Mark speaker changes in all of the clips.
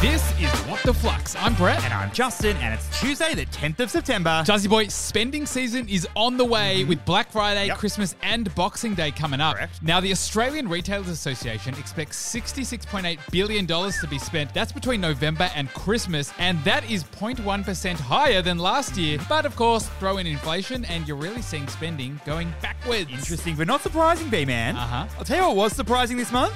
Speaker 1: This is What the Flux. I'm Brett.
Speaker 2: And I'm Justin, and it's Tuesday, the 10th of September.
Speaker 1: Jazzy Boy, spending season is on the way with Black Friday,
Speaker 2: Mm-hmm. Yep.
Speaker 1: Christmas, and Boxing Day coming up.
Speaker 2: Correct.
Speaker 1: Now, the Australian Retailers Association expects $66.8 billion to be spent. That's between November and Christmas, and that is 0.1% higher than last year. But of course, throw in inflation, and you're really seeing spending going backwards.
Speaker 2: Interesting, but not surprising, B man.
Speaker 1: Uh-huh.
Speaker 2: I'll tell you what was surprising this month.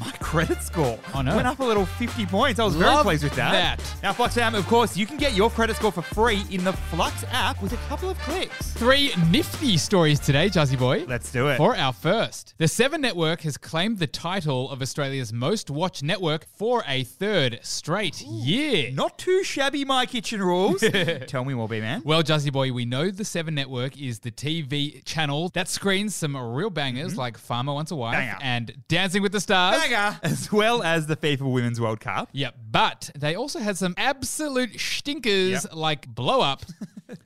Speaker 2: My credit score
Speaker 1: I know.
Speaker 2: went up a little 50 points. I was very
Speaker 1: Love
Speaker 2: pleased with that.
Speaker 1: that.
Speaker 2: Now, Flux Fam, of course, you can get your credit score for free in the Flux app with a couple of clicks.
Speaker 1: Three nifty stories today, Jazzy Boy.
Speaker 2: Let's do it.
Speaker 1: For our first, the Seven Network has claimed the title of Australia's most watched network for a third straight year.
Speaker 2: Not too shabby, my kitchen rules. tell me more, B man.
Speaker 1: well, Jazzy Boy, we know the Seven Network is the TV channel that screens some real bangers like Farmer Wants a Wife
Speaker 2: Mm-hmm. Banger.
Speaker 1: and Dancing with the Stars.
Speaker 2: Banger. As well as the FIFA Women's World Cup.
Speaker 1: Yep, but they also had some absolute stinkers
Speaker 2: Yep.
Speaker 1: like Blow Up,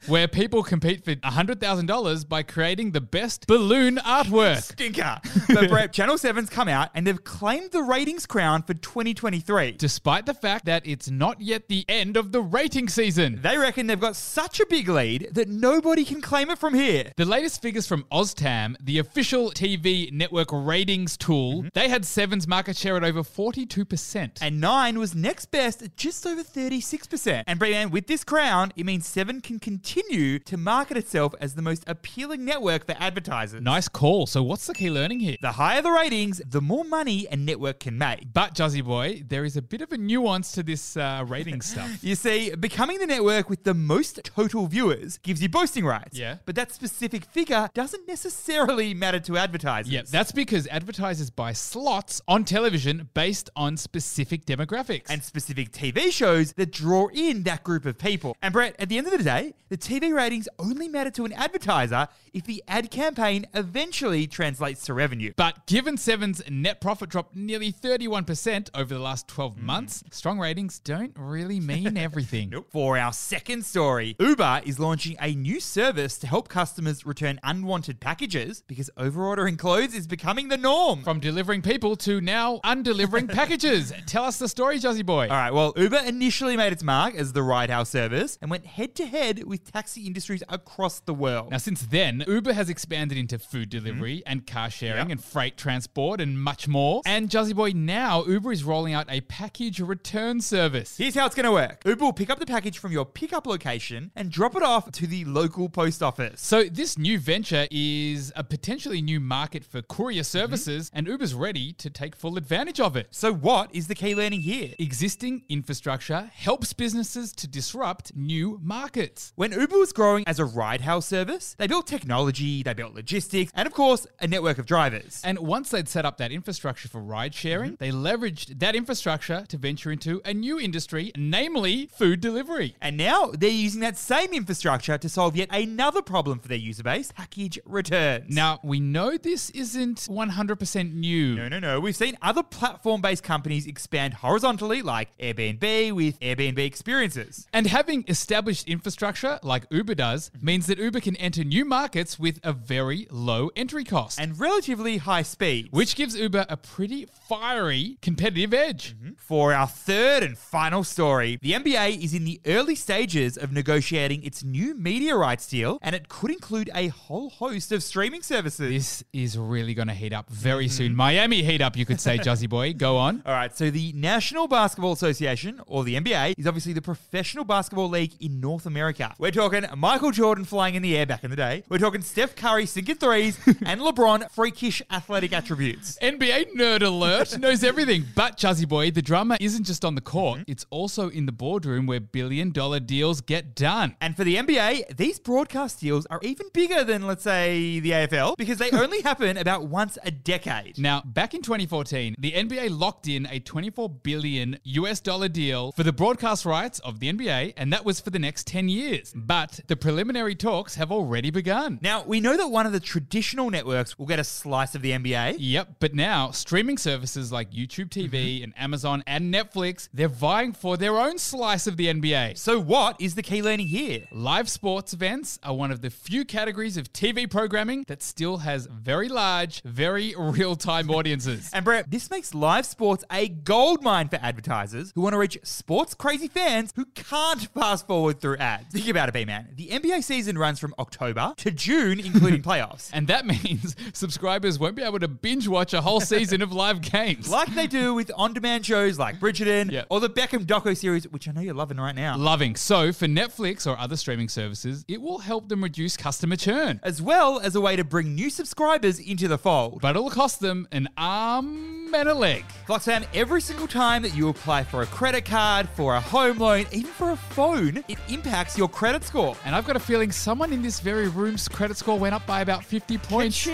Speaker 1: where people compete for $100,000 by creating the best balloon artwork.
Speaker 2: Stinker. but Brett, Channel 7's come out and they've claimed the ratings crown for 2023.
Speaker 1: despite the fact that it's not yet the end of the rating season.
Speaker 2: They reckon they've got such a big lead that nobody can claim it from here.
Speaker 1: The latest figures from OzTam, the official TV network ratings tool,
Speaker 2: Mm-hmm.
Speaker 1: they had Seven's market share at over 42%.
Speaker 2: And nine was next best at just over 36%. And Breanne, with this crown, it means Seven can continue to market itself as the most appealing network for advertisers.
Speaker 1: nice call. So, what's the key learning here?
Speaker 2: The higher the ratings, the more money a network can make.
Speaker 1: But, Juzzy Boy, there is a bit of a nuance to this uh, rating stuff.
Speaker 2: You see, becoming the network with the most total viewers gives you boasting rights.
Speaker 1: Yeah.
Speaker 2: But that specific figure doesn't necessarily matter to advertisers.
Speaker 1: Yep, that's because advertisers buy slots on television based on specific demographics.
Speaker 2: and specific TV shows that draw in that group of people. And Brett, at the end of the day, the TV ratings only matter to an advertiser if the ad campaign eventually translates to revenue.
Speaker 1: But given Seven's net profit dropped nearly 31% over the last 12 months, strong ratings don't really mean everything.
Speaker 2: Mm. Nope. For our second story, Uber is launching a new service to help customers return unwanted packages because overordering clothes is becoming the norm.
Speaker 1: From delivering people to now undelivering packages. Tell us the story, Juzzy Boy.
Speaker 2: All right, well, Uber initially made its mark as the ride hail service and went head to head with taxi industries across the world.
Speaker 1: Now, since then, Uber has expanded into food delivery and car sharing
Speaker 2: Mm-hmm. Yep.
Speaker 1: and freight transport and much more. And Juzzy Boy, now Uber is rolling out a package return service.
Speaker 2: Here's how it's going to work Uber will pick up the package from your pickup location and drop it off to the local post office.
Speaker 1: So, this new venture is a potentially new market for courier
Speaker 2: Mm-hmm.
Speaker 1: services, and Uber's ready to take full advantage of it.
Speaker 2: So, what is the key learning here?
Speaker 1: Existing infrastructure helps businesses to disrupt new markets.
Speaker 2: When Uber was growing as a ride hail service, they built technology, they built logistics, and of course, a network of drivers.
Speaker 1: And once they'd set up that infrastructure for ride
Speaker 2: Mm-hmm.
Speaker 1: sharing, they leveraged that infrastructure to venture into a new industry, namely food delivery.
Speaker 2: And now they're using that same infrastructure to solve yet another problem for their user base package returns.
Speaker 1: Now, we know this isn't 100% new.
Speaker 2: No, no, no. We've seen other platform based companies expand horizontally, like Airbnb with Airbnb experiences.
Speaker 1: And having established infrastructure like Uber does
Speaker 2: Mm-hmm.
Speaker 1: means that Uber can enter new markets with a very low entry cost.
Speaker 2: And relatively high speed.
Speaker 1: which gives Uber a pretty fiery competitive edge.
Speaker 2: Mm-hmm. For our third and final story, the NBA is in the early stages of negotiating its new media rights deal, and it could include a whole host of streaming services.
Speaker 1: This is really going to heat up very
Speaker 2: Mm-hmm.
Speaker 1: soon. Miami heat up, you could say, Juzzy Boy. Go on.
Speaker 2: All right, so the National Basketball Association, or the NBA, is obviously the professional basketball league in North America. We're talking Michael Jordan flying in the air back in the day. We're talking Steph Curry sinking threes and LeBron freakish athletic attributes.
Speaker 1: NBA nerd alert knows everything. But Juzzy Boy, the drama isn't just on the court, it's also in the boardroom where billion dollar deals get done.
Speaker 2: And for the NBA, these broadcast deals are even bigger than, let's say, the AFL because they only happen about once a decade.
Speaker 1: Now, back in 2014, the NBA locked in a 24 billion US dollar deal for the broadcast rights of the NBA, and that was for the next 10 years.
Speaker 2: years.
Speaker 1: But the preliminary talks have already begun.
Speaker 2: Now, we know that one of the traditional networks will get a slice of the NBA.
Speaker 1: Yep, but now streaming services like YouTube TV and Amazon and Netflix, they're vying for their own slice of the NBA.
Speaker 2: So, what is the key learning here?
Speaker 1: Live sports events are one of the few categories of TV programming that still has very large, very real time audiences.
Speaker 2: And Brett, this makes live sports a goldmine for advertisers who want to reach sports crazy fans who can't fast forward through ads. Think about it, B man. The NBA season runs from October to June, including playoffs.
Speaker 1: And that means subscribers won't be able to binge watch a whole season of live games.
Speaker 2: Like they do with on demand shows like Bridgerton
Speaker 1: Yep.
Speaker 2: or the Beckham doco series, which I know you're loving right now.
Speaker 1: Loving. So, for Netflix or other streaming services, it will help them reduce customer churn.
Speaker 2: as well as a way to bring new subscribers into the fold.
Speaker 1: But it'll cost them an arm and a leg.
Speaker 2: Foxfam, every single time that you apply for a credit card, for a home loan, even for a phone, it impacts your credit score.
Speaker 1: And I've got a feeling someone in this very room's credit score went up by about 50 points.
Speaker 2: so,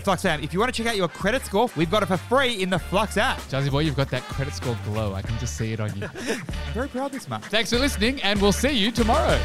Speaker 2: Fluxam, if you want to check out your credit score, we've got it for free in the Flux app.
Speaker 1: Jazzy Boy, you've got that credit score glow. I can just see it on you.
Speaker 2: I'm very proud this month.
Speaker 1: Thanks for listening, and we'll see you tomorrow.